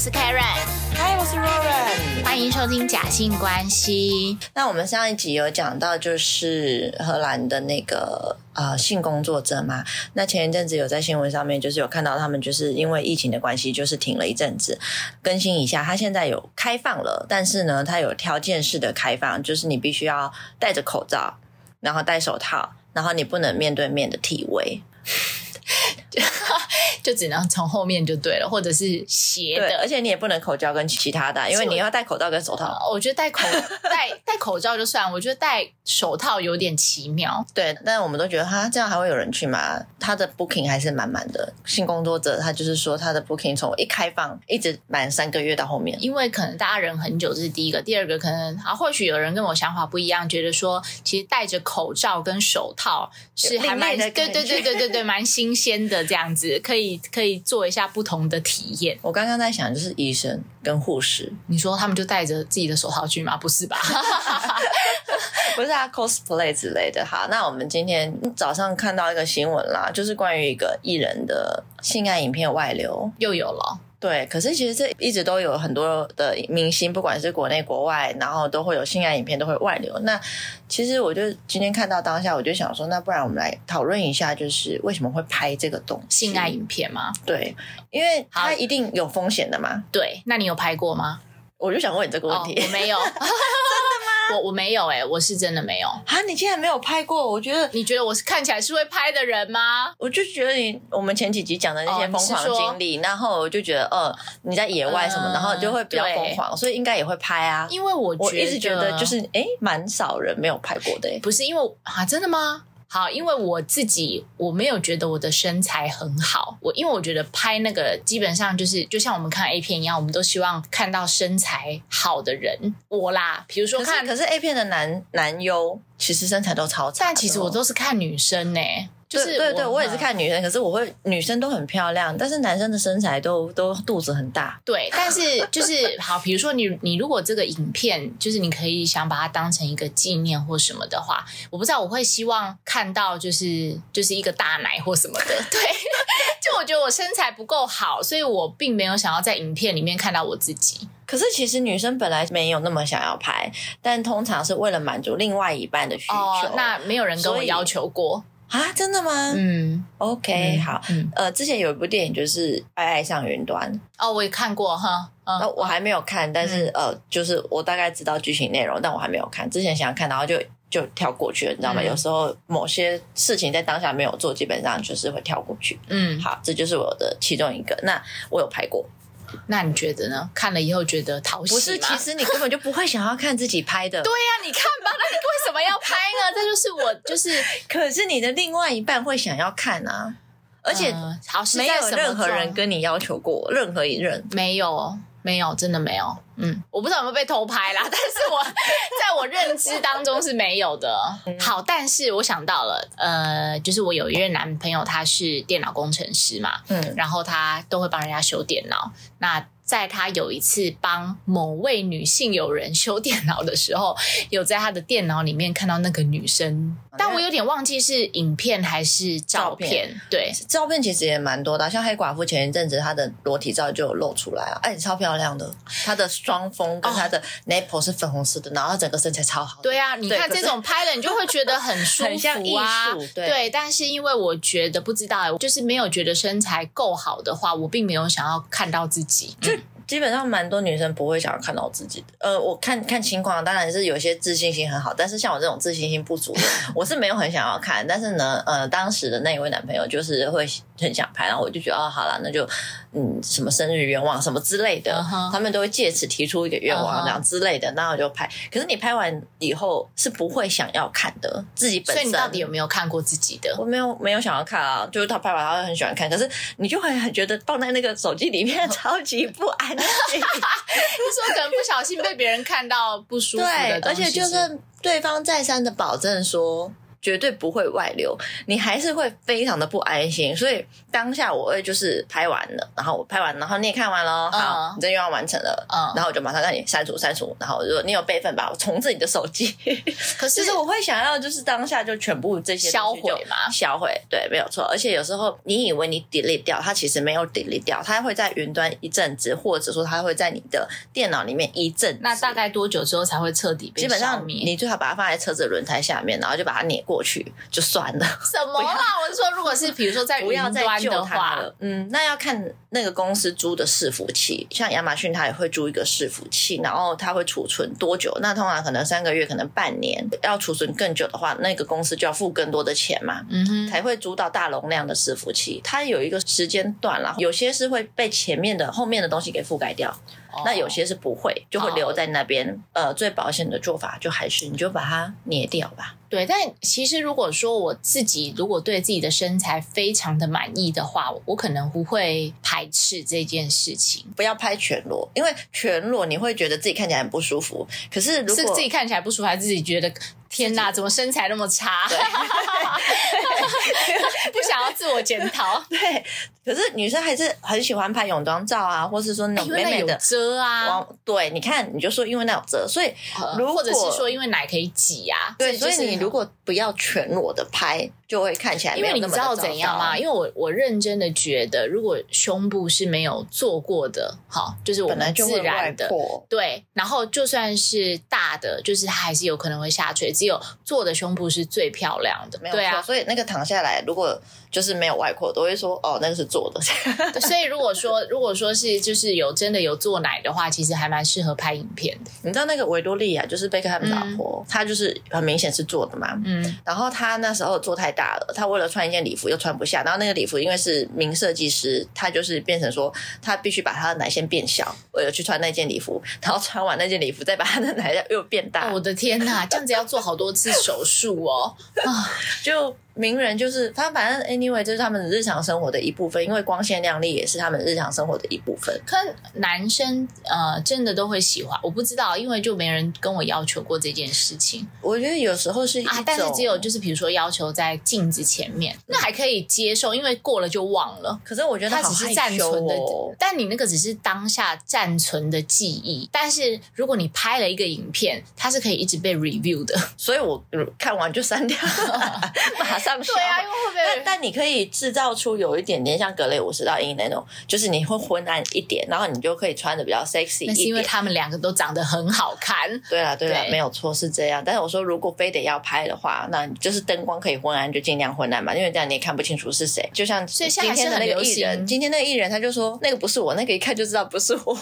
是 Karen，嗨，我是 Roran。欢迎收听《假性关系那我们上一集有讲到，就是荷兰的那个呃性工作者嘛。那前一阵子有在新闻上面，就是有看到他们就是因为疫情的关系，就是停了一阵子。更新一下，它现在有开放了，但是呢，它有条件式的开放，就是你必须要戴着口罩，然后戴手套，然后你不能面对面的体味。》，就只能从后面就对了，或者是斜对，而的。且你也不能口罩跟其他的，因为你要戴口罩跟手套。呃我觉得戴 口戴戴口罩就算，我觉得戴手套有点奇妙。对，但我们都觉得哈，这样还会有人去吗？他的 booking 还是满满的。性工作者他就是说，他的 booking 从一开放一直满三个月到后面，因为可能大家忍很久，这是第一个。第二个，可能啊，或许有人跟我想法不一样，觉得说其实戴着口罩跟手套是还蛮另类对的感对觉对对对对，蛮新鲜的这样子，可以可以做一下不同的体验。我刚刚在想，就是医生跟护士，你说他们就戴着自己的手套去吗？不 是吧？不是啊 cosplay 之类的。好，那我们今天早上看到一个新闻啦，就是关于一个艺人的性爱影片外流。又有了，对，可是其实这一直都有很多的明星，不管是国内国外，然后都会有性爱影片都会外流。那其实我就今天看到当下，我就想说，那不然我们来讨论一下，就是为什么会拍这个东西？性爱影片吗？对，因为好它一定有风险的嘛。对，那你有拍过吗？我就想问你这个问题哦、我没有，真的吗？我我没有哎、我是真的没有。 啊，你竟然没有拍过？我觉得，你觉得我是看起来是会拍的人吗？我就觉得你我们前几集讲的那些哦你疯是狂说经历，然后我就觉得，呃，你在野外什么，嗯然后就会比较对疯狂，所以应该也会拍啊。因为我我一直觉得就是，诶，蛮少人没有拍过的、诶不是因为啊，真的吗？好，因为我自己我没有觉得我的身材很好，我因为我觉得拍那个基本上就是就像我们看 A 片一样，我们都希望看到身材好的人。我啦，比如说可看是，可是 A 片的男男优其实身材都超差的哦，但其实我都是看女生呢、欸就是嗯对对对，我也是看女生，可是我会女生都很漂亮，但是男生的身材都都肚子很大。对，但 是就是好，比如说你你如果这个影片就是你可以想把它当成一个纪念或什么的话，我不知道我会希望看到就是就是一个大奶或什么的， 对，就我觉得我身材不够好，所以我并没有想要在影片里面看到我自己。可是其实女生本来没有那么想要拍，但通常是为了满足另外一半的需求。哦，那没有人跟我所以要求过，啊，真的吗、嗯， o k 嗯好。，嗯，呃，之前有一部电影就是《爱爱上云端》，哦，我也看过哈，嗯，呃，我还没有看，但是、呃，就是我大概知道剧情内容，但我还没有看。之前想看，然后就就跳过去了，你知道吗？嗯有时候某些事情在当下没有做，基本上就是会跳过去。嗯，好，这就是我的其中一个。那我有拍过，那你觉得呢？看了以后觉得讨喜不是？吗其实你根本就不会想要看自己拍的，对呀、你看吧，那你为什么要拍呢？这就是我就是。 可是你的另外一半会想要看啊，而且嗯好是没在有什么任何人状跟你要求过任何一任。没有没有真的没有，嗯，我不知道有没有被偷拍啦，但 是我在我认知当中是没有的。好，但是我想到了，呃，就是我有一任男朋友，他是电脑工程师嘛，嗯，然后他都会帮人家修电脑。那在他有一次帮某位女性友人修电脑的时候，有在他的电脑里面看到那个女生，但我有点忘记是影片还是照照片片对，照片其实也蛮多的啊，像黑寡妇前一阵子她的裸体照就有露出来啊，哎，超漂亮的，她的双峰跟她的 nipple 是粉红色的，然后她整个身材超好。对啊，你哦对看可这是种拍了，你就会觉得很舒服啊， 很像艺术对但是因为我觉得不知道欸，我就是没有觉得身材够好的话，我并没有想要看到自己。嗯就基本上蛮多女生不会想要看到自己的。呃，我看看情况，当然是有些自信心很好，但是像我这种自信心不足的，我是没有很想要看。但是呢，呃，当时的那一位男朋友就是会很想拍，然后我就觉得哦，好了，那就嗯，什么生日愿望什么之类的嗯哼他们都会借此提出一个愿嗯哼望，然后之类的，那我就拍。可是你拍完以后是不会想要看的，自己本所以身你到底有没有看过自己的？ 我没有没有想要看啊，就是他拍完他会很喜欢看，可是你就会很觉得放在那个手机里 面超级不安静，就是我可能不小心被别人看到不舒服对的，东而西且是就算对方再三的保证说绝对不会外流，你还是会非常的不安心。所以当下我会就是拍完了，然后我拍完，然后你也看完了，好，嗯你这愿望完成了，嗯然后我就马上让你删除删除，然后我就说你有备份吧，我重置你的手机。 可就是是我会想要，就是当下就全部这些销东西就毁嘛，销毁，对，没有错。而且有时候你以为你 delete 掉，它其实没有 delete 掉，它会在云端一阵子，或者说它会在你的电脑里面一阵子。那大概多久之后才会彻底被基本消上灭？你最好把它放在车子轮胎下面，然后就把它碾过去就算了， 什么啦？我是说，如果是比如说在不云要再端救的它话，了。嗯，那要看那个公司租的伺服器，像亚马逊它也会租一个伺服器，然后它会储存多久？那通常可能三个月，可能半年。要储存更久的话，那个公司就要付更多的钱嘛。嗯哼，才会租到大容量的伺服器，它有一个时间段啦，有些是会被前面的、后面的东西给覆盖掉，那有些是不会，就会哦留在那边。呃，最保险的做法就还是你就把它捏掉吧。对，但其实如果说我自己如果对自己的身材非常的满意的话，我可能不会排斥这件事情，不要拍全裸，因为全裸你会觉得自己看起来很不舒服。可是如是果自己看起来不舒服，还是自己觉得天哪，怎么身材那么差？ 不想要自我检讨，对，可是女生还是很喜欢拍泳装照啊，或是说 那种哎因为美那美有的。遮啊，往对，你看，你就说因为那有遮，所以呃如果或者是说因为奶可以挤呀、啊，对，这所就以是你如果不要全裸的拍，就会看起来因为没有你那么知的道糟怎样糕吗？因为我我认真的觉得，如果胸部是没有做过的，好，就是我本来们就自会外然的。破，对，然后就算是大的，就是它还是有可能会下垂。只有做的胸部是最漂亮的，没有对错。啊。所以那个躺下来，如果就是没有外扩，都会说哦，那个是做的。 所以如果说如果说是就是有真的有做奶的话，其实还蛮适合拍影片的。你知道那个维多利亚就是贝克汉姆老婆，她就是很明显是做的嘛。嗯，然后她那时候做太大了，她为了穿一件礼服又穿不下，然后那个礼服因为是名设计师，她就是变成说她必须把她的奶先变小，为了去穿那件礼服，然后穿完那件礼服再把她的奶又变大，哦、我的天哪，这样子要做好多次手术哦。就名人就是他，反正 anyway 这是他们日常生活的一部分，因为光鲜亮丽也是他们日常生活的一部分。可男生呃真的都会喜欢，我不知道，因为就没人跟我要求过这件事情。我觉得有时候是一啊，但是种只有就是比如说要求在镜子前面，那还可以接受，因为过了就忘了。可是我觉得它他只是暂存的，哦但你那个只是当下暂存的记忆。但是如果你拍了一个影片，它是可以一直被 review 的。所以我看完 就删掉，马上消。因为会但但你可以制造出有一点点像格雷五十道阴影那种，就是你会昏暗一点，然后你就可以穿的比较 sexy 那是一因为点。他们两个都长得很好看。对啊啦，对啦，对没有错是这样。但是我说，如果非得要拍的话，那就是灯光可以昏暗就尽量昏暗嘛，因为这样你也看不清楚是谁。就像所以现在今还是天的那个很流艺人，行今天那个艺人他就说那个不是我，那个一看就知道不是我，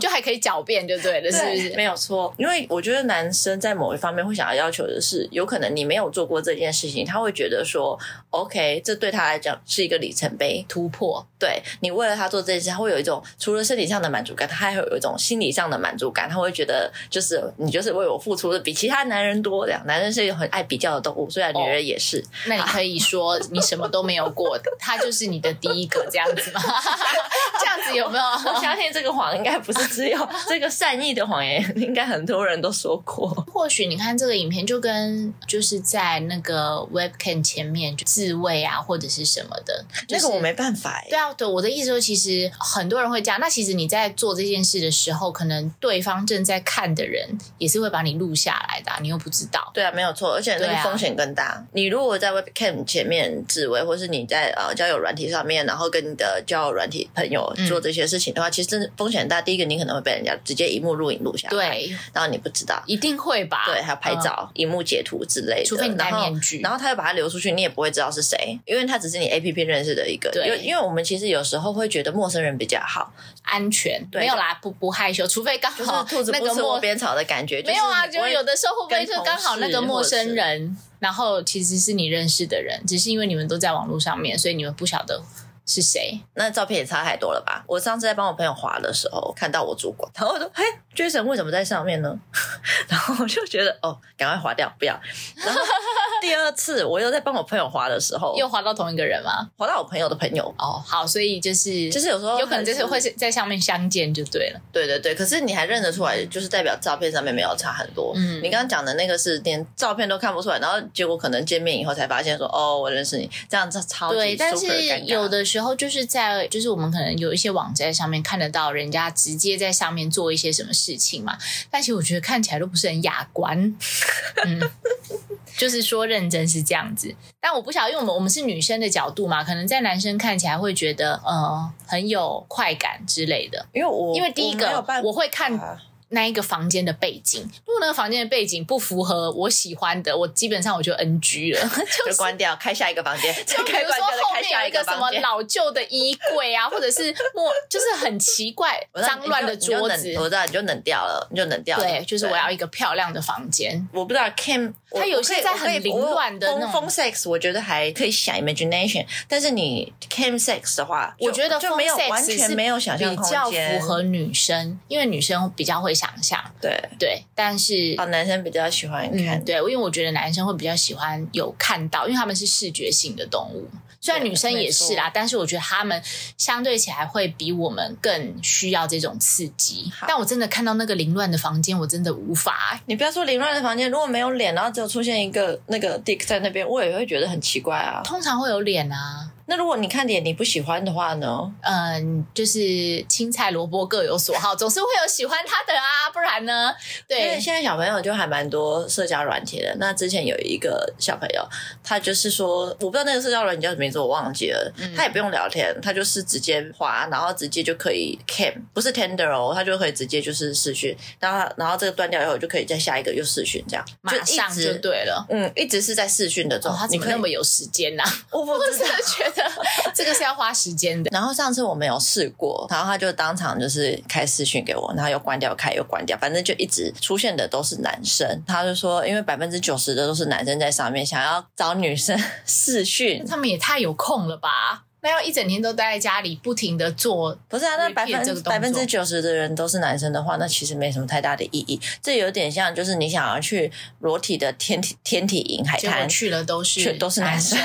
就还可以狡辩，就 对了，是不是？没有错。因为我觉得男生在某一方面会想要要求的是，有可能你没有做过这件事情，他会觉得说，OK，这对他来讲是一个里程碑。突破，对你为了他做这件事，他会有一种除了身体上的满足感，他还会有一种心理上的满足感。他会觉得就是你就是为我付出的比其他男人多。这样，男人是一个很爱比较的动物，虽然女人也是。那你可以说你什么都没有过，他就是你的第一个这样子吗？ 这样子有 没有？ 我相信这个谎应该不是只有这个善意的谎言，应该很多人都说过。或许你看这个影片，就跟就是在那个 webcam 前面就自慰啊，或者是什么的，就那是、个我没办法、欸，对啊，对我的意思说，其实很多人会这样。那其实你在做这件事的时候，可能对方正在看的人也是会把你录下来的啊、你又不知道。对啊，没有错，而且那对个啊风险更大。你如果在 webcam 前面自慰，或是你在呃交友软体上面，然后跟你的交友软体朋友做这些事情的话，其实真的风险很大。第一个，你可能会被人家直接荧幕录影录下来，，对，然后你不知道，一定会吧？对，还有拍照、荧、幕截图之类的，啊嗯除非你戴然后面具然后他又把它流出去，你也不会知道是谁，因为他只是你 A P P 认识的一个。对因为因为我们其实有时候会觉得陌生人比较好，嗯，安全对没有啦，不不害羞，除非刚就是好兔子那不个吃窝陌边草的感觉。没有啊，是你就不会有的时候会不会跟就刚好那个同事陌或者生是人，然后其实是你认识的人，只是因为你们都在网络上面，所以你们不晓得是谁。那照片也差太多了吧？我上次在帮我朋友划的时候，看到我主管，然后我说：“嘿，Jason 为什么在上面呢？”然后我就觉得哦，赶快划掉，不要。然后第二次我又在帮我朋友滑的时候， 又滑到同一个人吗？滑到我朋友的朋友，哦，好，所以就是就是有时候有可能就是还会是在上面相见就对了。对对对，可是你还认得出来，就是代表照片上面没有差很多。嗯你刚刚讲的那个是连照片都看不出来，然后结果可能见面以后才发现说，哦，我认识你，这样子超级对，但是 super 尴尬有的时候就是在就是我们可能有一些网站上面看得到人家直接在上面做一些什么事情嘛，但其实我觉得看起来都不是很雅 观。嗯，就是说认真是这样子，但我不晓得，因为我们我们是女生的角度嘛，可能在男生看起来会觉得呃很有快感之类的。因为我因为第一我没有个办法我会看那一个房间的背景，如果那个房间的背景不符合我喜欢的，我基本上我就 NG 了。就关掉，开下一个房 间，再就比开如关说掉，再后开面下有一个个什房么间。老旧的衣柜啊，或 者是莫就是很奇怪我知道脏乱的你就桌你子就冷，我知道你就冷掉了，你就冷掉了。对，就是我要一个漂亮，一个漂亮的房间。我不知道 Kim，我他有我可以些在我可以很凌乱的我那种风 sex，我觉得还可以想 imagination，但是你 Kim sex 的话，就我觉得就没有 phone sex 完全没有想象是空比较间，符合女生，因为女生比较会想象，对。对，但是啊，。男生比较喜欢看嗯，，对，因为我觉得男生会比较喜欢有看到，因为他们是视觉性的动物，虽然对女生也是啦，但是我觉得他们相对起来会比我们更需要这种刺激好。但我真的看到那个凌乱的房间，我真的无法、欸你不要说凌乱的房间，如果没有脸，然后只有出现一个那个 dick 在那边，我也会觉得很奇怪啊。通常会有脸啊，那如果你看脸你不喜欢的话呢？嗯，就是青菜萝卜各有所好，总是会有喜欢他的啊， 不然呢？因为对，现在小朋友就还蛮多社交软体的。那之前有一个小朋友，他就是说，我不知道那个社交软体叫什么名字，我忘记了。嗯他也不用聊天，他就是直接滑，然后直接就可以 cam，不是 tender 哦，他就可以直接就是视讯。然后他然后这个断掉以后，就可以再下一个又视讯，这样马上就一就直对了。嗯一直是在视讯的状哦，态。他怎么你可以那么有时间 呐、我我我不知真道的觉得这个是要花时间的。然后上次我没有试过，然后他就当场就是开视讯给我，然后又关掉，开又关掉，反正就一直出现的都是男生。他就说，因为百分之九十的都是男生在上面，想要找女生 视讯，他们也太有空了吧？那要一整天都待在家里，不停的做，不是啊？那 Repeat 百这分个动作百分之九十的人都是男生的话，那其实没什么太大的意义。这有点像就是你想要去裸体的天体天体营海结果滩，去了都却是都是男男生。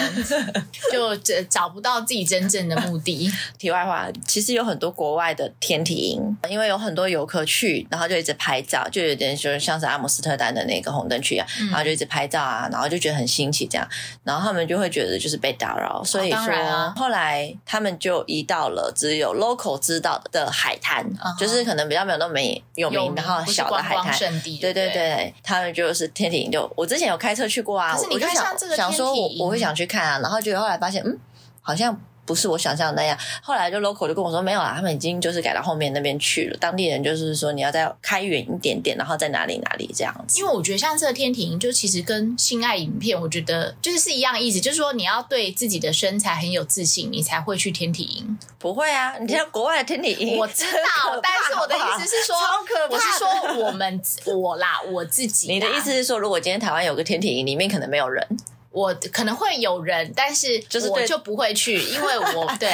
就这找不到自己真正的目 的。题外话，其实有很多国外的天体营，因为有很多游客去，然后就一直拍照，就有点就是像是阿姆斯特丹的那个红灯区一样，然嗯后就一直拍照啊，然后就觉得很新奇这样，然后他们就会觉得就是被打扰，所以当说、然啊后来他们就移到了只有 local 知道的海滩嗯哼就是可能比较没有那么有名，然后不是小的观海光滩。圣地，对对对。对，他们就是天体营就我之前有开车去过啊，可是你我就看想像这个想说天我体营我会想去看啊，然后结果后来发现，嗯，好像不是我想象的那样。后来就 local 就跟我说没有啦，啊他们已经就是改到后面那边去了，当地人就是说你要再开远一点点，然后在哪里哪里这样子。因为我觉得像这个天体营，就其实跟性爱影片，我觉得就是是一样意思，就是说你要对自己的身材很有自信，你才会去天体营。不会啊， 你像国外的天体营，我知道，但是我的意思是说，超可怕我是说我们我啦，我自己啦。你的意思是说，如果今天台湾有个天体营，里面可能没有人，我可能会有人，但是就是我对就不会去，因为 我对。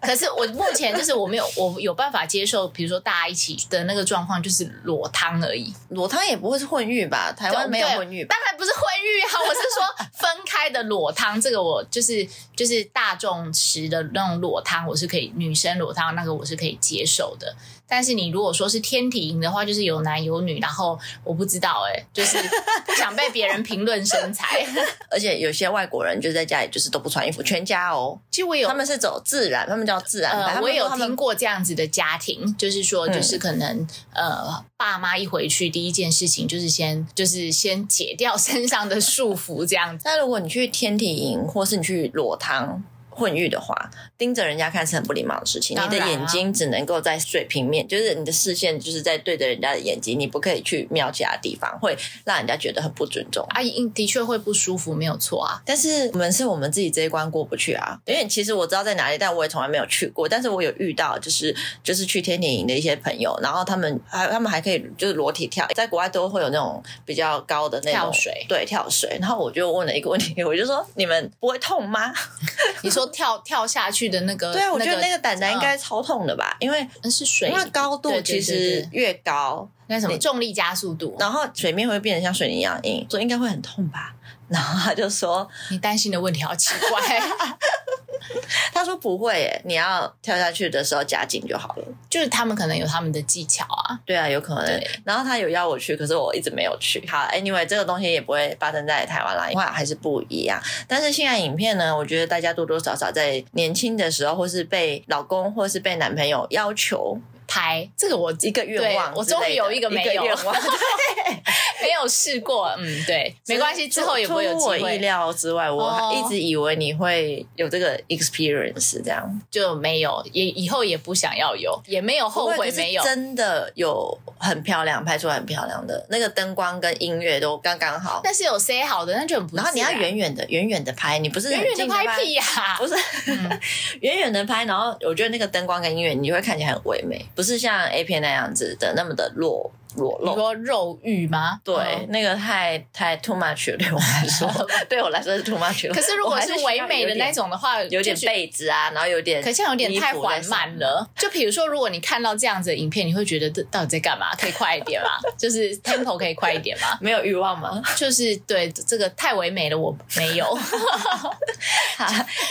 可是我目前就是我没有，我有办法接受，比如说大家一起的那个状况，就是裸汤而已。裸汤也不会是混浴吧？台湾没有对混浴吧？当然不是婚浴啊，我是说分开的裸汤，这个我就是就是大众吃的那种裸汤，我是可以女生裸汤那个我是可以接受的。但是你如果说是天体营的话，就是有男有女，然后我不知道哎、 就是不想被别人评论身材。而且有些外国人就在家里就是都不穿衣服，全家哦，其实我嗯有他们是走自然，他们叫自然派。呃，他们我有说他们嗯听过这样子的家庭，就是说，就是可能、呃，爸妈一回去，第一件事情就是先就是先解掉身上的束缚，这样子。那如果你去天体营，或是你去裸汤混浴的话，盯着人家看是很不礼貌的事情。当你的然啊眼睛只能够在水平面，就是你的视线就是在对着人家的眼睛，你不可以去瞄其他地方，会让人家觉得很不尊重。阿姨啊的确会不舒服，没有错啊。但是我们是我们自己这一关过不去啊，因为其实我知道在哪里，但我也从来没有去过。但是我有遇到，就是就是去天体营的一些朋友，然后他们还他们还可以就是裸体跳，在国外都会有那种比较高的那种跳水 对跳水。然后我就问了一个问题，我就说你们不会痛吗？你说说跳跳下去呃的那个，对啊，我觉得那个胆囊应该嗯超痛的吧，因为嗯是水，因为高度对对其对实对越高，那什么你重力加速度，然后水面会变得像水泥一样硬，所以应该会很痛吧。 然后他就说你担心的问题好奇怪，：“ 他说不会耶，你要跳下去的时候夹紧就好了。就是他们可能有他们的技巧啊”，对啊，有可能对。然后他有邀我去，可是我一直没有去。好，anyway，这个东西也不会发生在台湾啦，因为还是不一样。但是性爱影片呢，我觉得大家多多少少在年轻的时候，或是被老公或是被男朋友要求拍这个我一个愿望对我之类的，终于有一个没有愿望，没有试过，嗯，对， 没关系，之后也不会有机出乎我意会，料之外，我哦还一直以为你会有这个 experience，这样就没有，也以后也不想要有，也没有后不过悔就是没有，真的有很漂亮，拍出来很漂亮的那个灯光跟音乐都刚刚好。但是有 say 好的，那就很不自然然。后你要远远的、远远的拍，你不是远很远的近地拍屁呀、嗯不是 远远的拍。然后我觉得那个灯光跟音乐，你就会看起来很唯美，不是像 A 片那样子的那么的裸裸你露。说肉欲吗？对，嗯那个太太 too much 了，对我来 说，对我来说是 too much 了。可是如我果还是需要唯美有的点那种的话，有点就觉被子啊，然后有点，可像有点太缓慢了。就比如说，如果你看到这样子的影片，你会觉得这到底在干嘛？可以快一点吗？就是 tempo 可以快一点吗？没有欲望吗就是对这个太唯美了，我没有。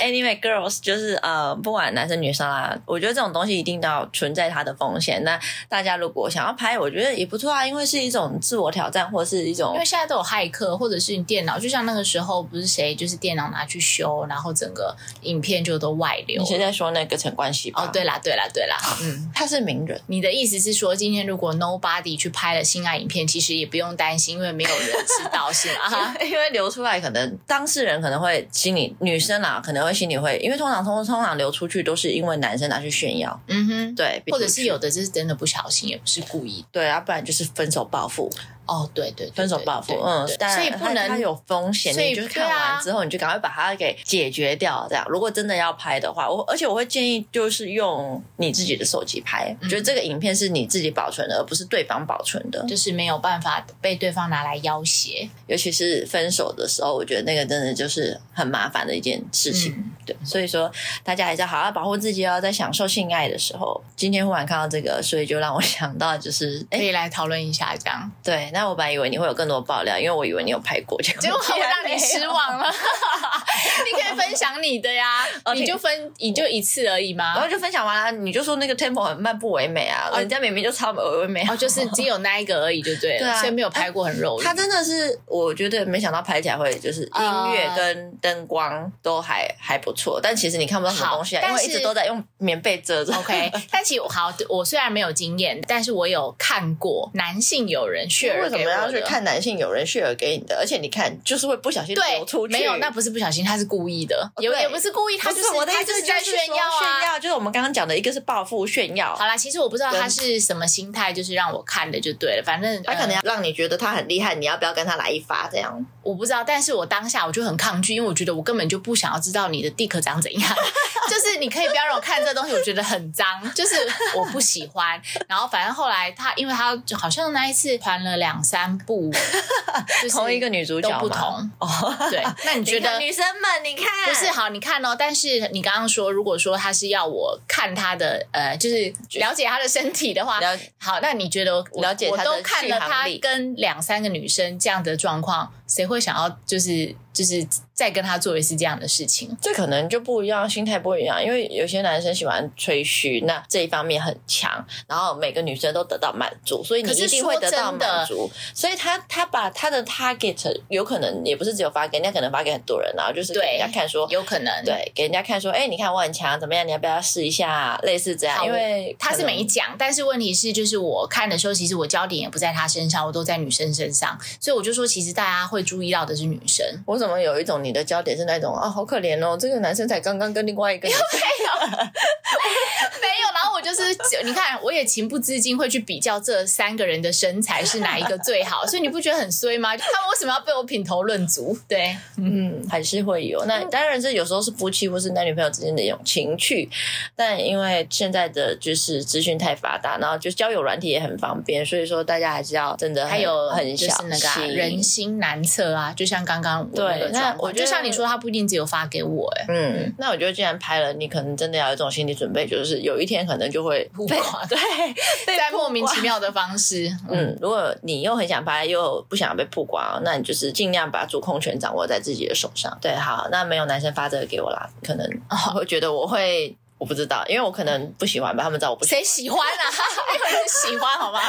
？Anyway, girls，就是呃，不管男生女生啦，我觉得这种东西一定都要存在它的风险。那大家如果想要拍，我觉得也不错啊，因为是一种自我挑战，或是一种因为现在都有骇客，或者是你电脑，就像那个时候不是谁就是电脑拿去修，然后整个影片就都外流你现了。在说那个陈冠希吧？哦，，对啦，对啦，对啦，嗯。他是名人，你的意思是说，今天如果 nobody 去拍了性爱影片，其实也不用担心，因为没有人知道，是 吗？因为流出来可能当事人可能会心里女生啦，可能会心里会，因为通常通通常流出去都是因为男生拿去炫耀，嗯哼，对，或者是有的就是真的不小心，也不是故意的。对啊，不然就是分手报复。哦，对对，对分手报复，对对嗯对，当然所以不它它能有风险，所以你就是对看啊完之后，你就赶快把它给解决掉。这样，如果真的要拍的话，我而且我会建议就是用你自己的手机拍，嗯觉得这个影片是你自己保存的，而不是对方保存的。就是没有办法被对方拿来要挟。尤其是分手的时候，我觉得那个真的就是很麻烦的一件事情。嗯，对，所以说大家还是要好好保护自己哦，在享受性爱的时候。今天忽然看到这个，所以就让我想到就是，可哎，以来讨论一下这样。对，那我本来以为你会有更多爆料，因为我以为你有拍过，结果我竟然让没你有失望 了，你可以分享你的呀，哦你就分，你就一次而已然吗后？就分享完了，你就说那个 tempo 很慢不唯美啊，哦人家明明就超唯美。啊哦，就是只有那一个而已，就对对了，啊所以没有拍过很肉欲。他真的是，我觉得没想到拍起来会就是音乐跟灯光都还还不错，但其实你看不到什么好东西啊，但因为是一直都在用棉被遮着。 OK，但其实我好，我虽然没有经验，但是我有看过男性友人血 为儿什给么我要去的。看男性有人 share 给你的？而且你看，就是会不小心流出对，去。哦没有，那不是不小心，他是故意的，也对也不是故意，他不就是我的他意就思，是在是炫说耀啊。炫耀就是我们刚刚讲的一个是报复炫耀，好啦，其实我不知道他是什么心态，就是让我看的就对了。反正他可能呃要让你觉得他很厉害，你要不要跟他来一发这样？我不知道，但是我当下我就很抗拒，因为我觉得我根本就不想要知道你的地壳长怎样。 就是你可以不要让我看这东西，我觉得很脏，就是我不喜欢。然后反正后来他，因为他就好像那一次传了两三部，就是同一个女主角都吗不同。哦， 对，那你觉你看得女生们，你看不是好？你看哦，但是你刚刚说，如果说他是要我看他的，呃，就是了解他的身体的话，了好，那你觉得我了解我他的都看了续航他力跟两三个女生这样的状况，谁会想要就是就是再跟他做一次这样的事情？这可能就不一样，心态不一样，因为有些男生喜欢吹嘘，那这一方面很强，然后每个女生都得到满足，所以你可是一定会得到说真的满足。所以他他把他的 target 有可能也不是只有发给人家，可能发给很多人，然后就是给对人家看说，有可能，，对，给人家看说，哎、你看我很强，怎么样？你要不要试一下？类似这样，好因为啊他是可能没讲，但是问题是，就是我看的时候，其实我焦点也不在他身上，我都在女生身上，所以我就说，其实大家会注意到的是女生。 我怎么有一种你的焦点是那种啊，好可怜哦，这个男生才刚刚跟另外 一个女生没有，然后我就是，你看，我也情不自禁会去比较这三个人的身材是哪一个最好，所以你不觉得很衰吗？他们为什么要被我品头论足？对，嗯，还是会有。那当然，这有时候是夫妻或是男女朋友之间的一种情趣，但因为现在的就是资讯太发达，然后就交友软体也很方便，所以说大家还是要真的很还有很嗯就小是那个啊、心人心难测啊，就像刚刚我对的对，状那况。我就像你说，他不一定只有发给我、哎，嗯，那我觉得既然拍了，你可能真的要有一种心理准备，就是有一天可能就会 曝被光对，被在曝莫名光其妙的方式，嗯，嗯，如果你又很想拍，又不想被曝光，那你就是尽量把主控权掌握在自己的手上。对，好，那没有男生发这个给我啦，可能我会觉得我会，我不知道，因为我可能不喜欢吧，他们知道我不喜欢。谁喜欢 啊？没有人喜欢，好吗？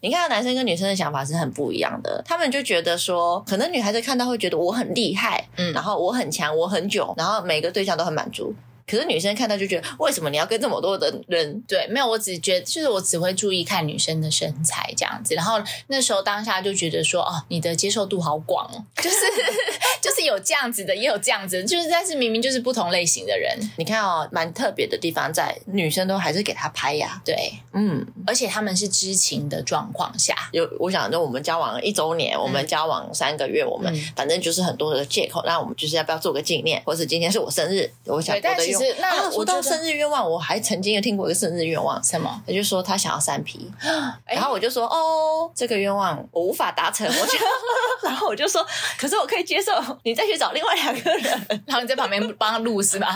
你看，男生跟女生的想法是很不一样的，他们就觉得说，可能女孩子看到会觉得我很厉害，嗯然后我很强，我很囧，然后每个对象都很满足。可是女生看到就觉得，为什么你要跟这么多的人？对，没有，我只觉得就是我只会注意看女生的身材这样子，然后那时候当下就觉得说，哦，你的接受度好广哦，就是 就是有这样子的，也有这样子的，就是但是明明就是不同类型的人，你看哦，蛮特别的地方在，女生都还是给他拍呀，对，嗯，而且他们是知情的状况下，有，我想就我们交往一周年，我们交往三个月，我们嗯反正就是很多的借口。那我们就是要不要做个纪念，或是今天是我生日，我想对，我但的其实愿那啊，我说觉到得生日愿望，我还曾经有听过一个生日愿望，什么？他就说他想要三 P， 哎然后我就说哦，这个愿望我无法达成，我就然后我就说，可是我可以接受，你再去找另外两个人， 然后你在旁边帮他录是吧？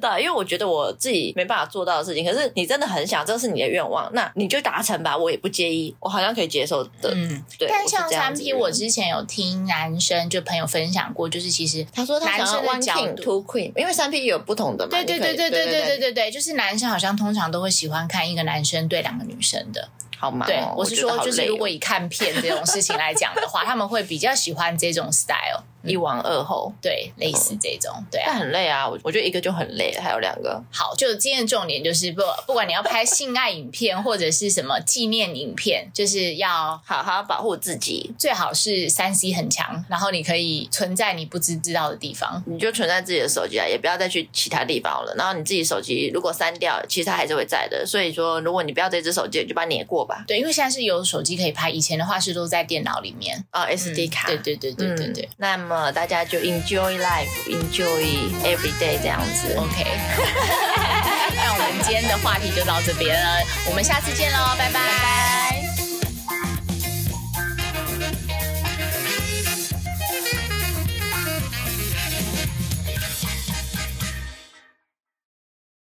对，因为我觉得我自己没办法做到的事情，可是你真的很想，这是你的愿望，那你就达成吧，我也不介意，我好像可以接受的，嗯，对。但我是像这样三子 P，的我人之前有听男生就朋友分享过，就是其实他说他男想要生的 one 角 king 度 two queen，因为三 P 有不同的嘛。对对你可对对对以对对对，对对，就是男生好像通常都会喜欢看一个男生对两个女生的。好忙哦。对，我是觉得说，好就是累哦如果以看片这种事情来讲的话，他们会比较喜欢这种 style。一王二后，对，类似嗯这种，对但啊。很累啊，我我觉得一个就很累，还有两个，好，就今天的重点就是不，不管你要拍性爱影片或者是什么纪念影片，就是要。好好保护自己，最好是三 C 很强，然后你可以存在你不知知道的地方。你就存在自己的手机啊，也不要再去其他地方了。然后你自己手机如果删掉，其实它还是会在的。所以说，如果你不要这只手机，你就把它碾过吧。对，因为现在是有手机可以拍，以前的话是都在电脑里面。啊嗯，SD 卡，对对对对对对嗯。那么大家就 enjoy life，enjoy every day 这样子。 OK，那我们今天的话题就到这边了，我们下次见喽，拜拜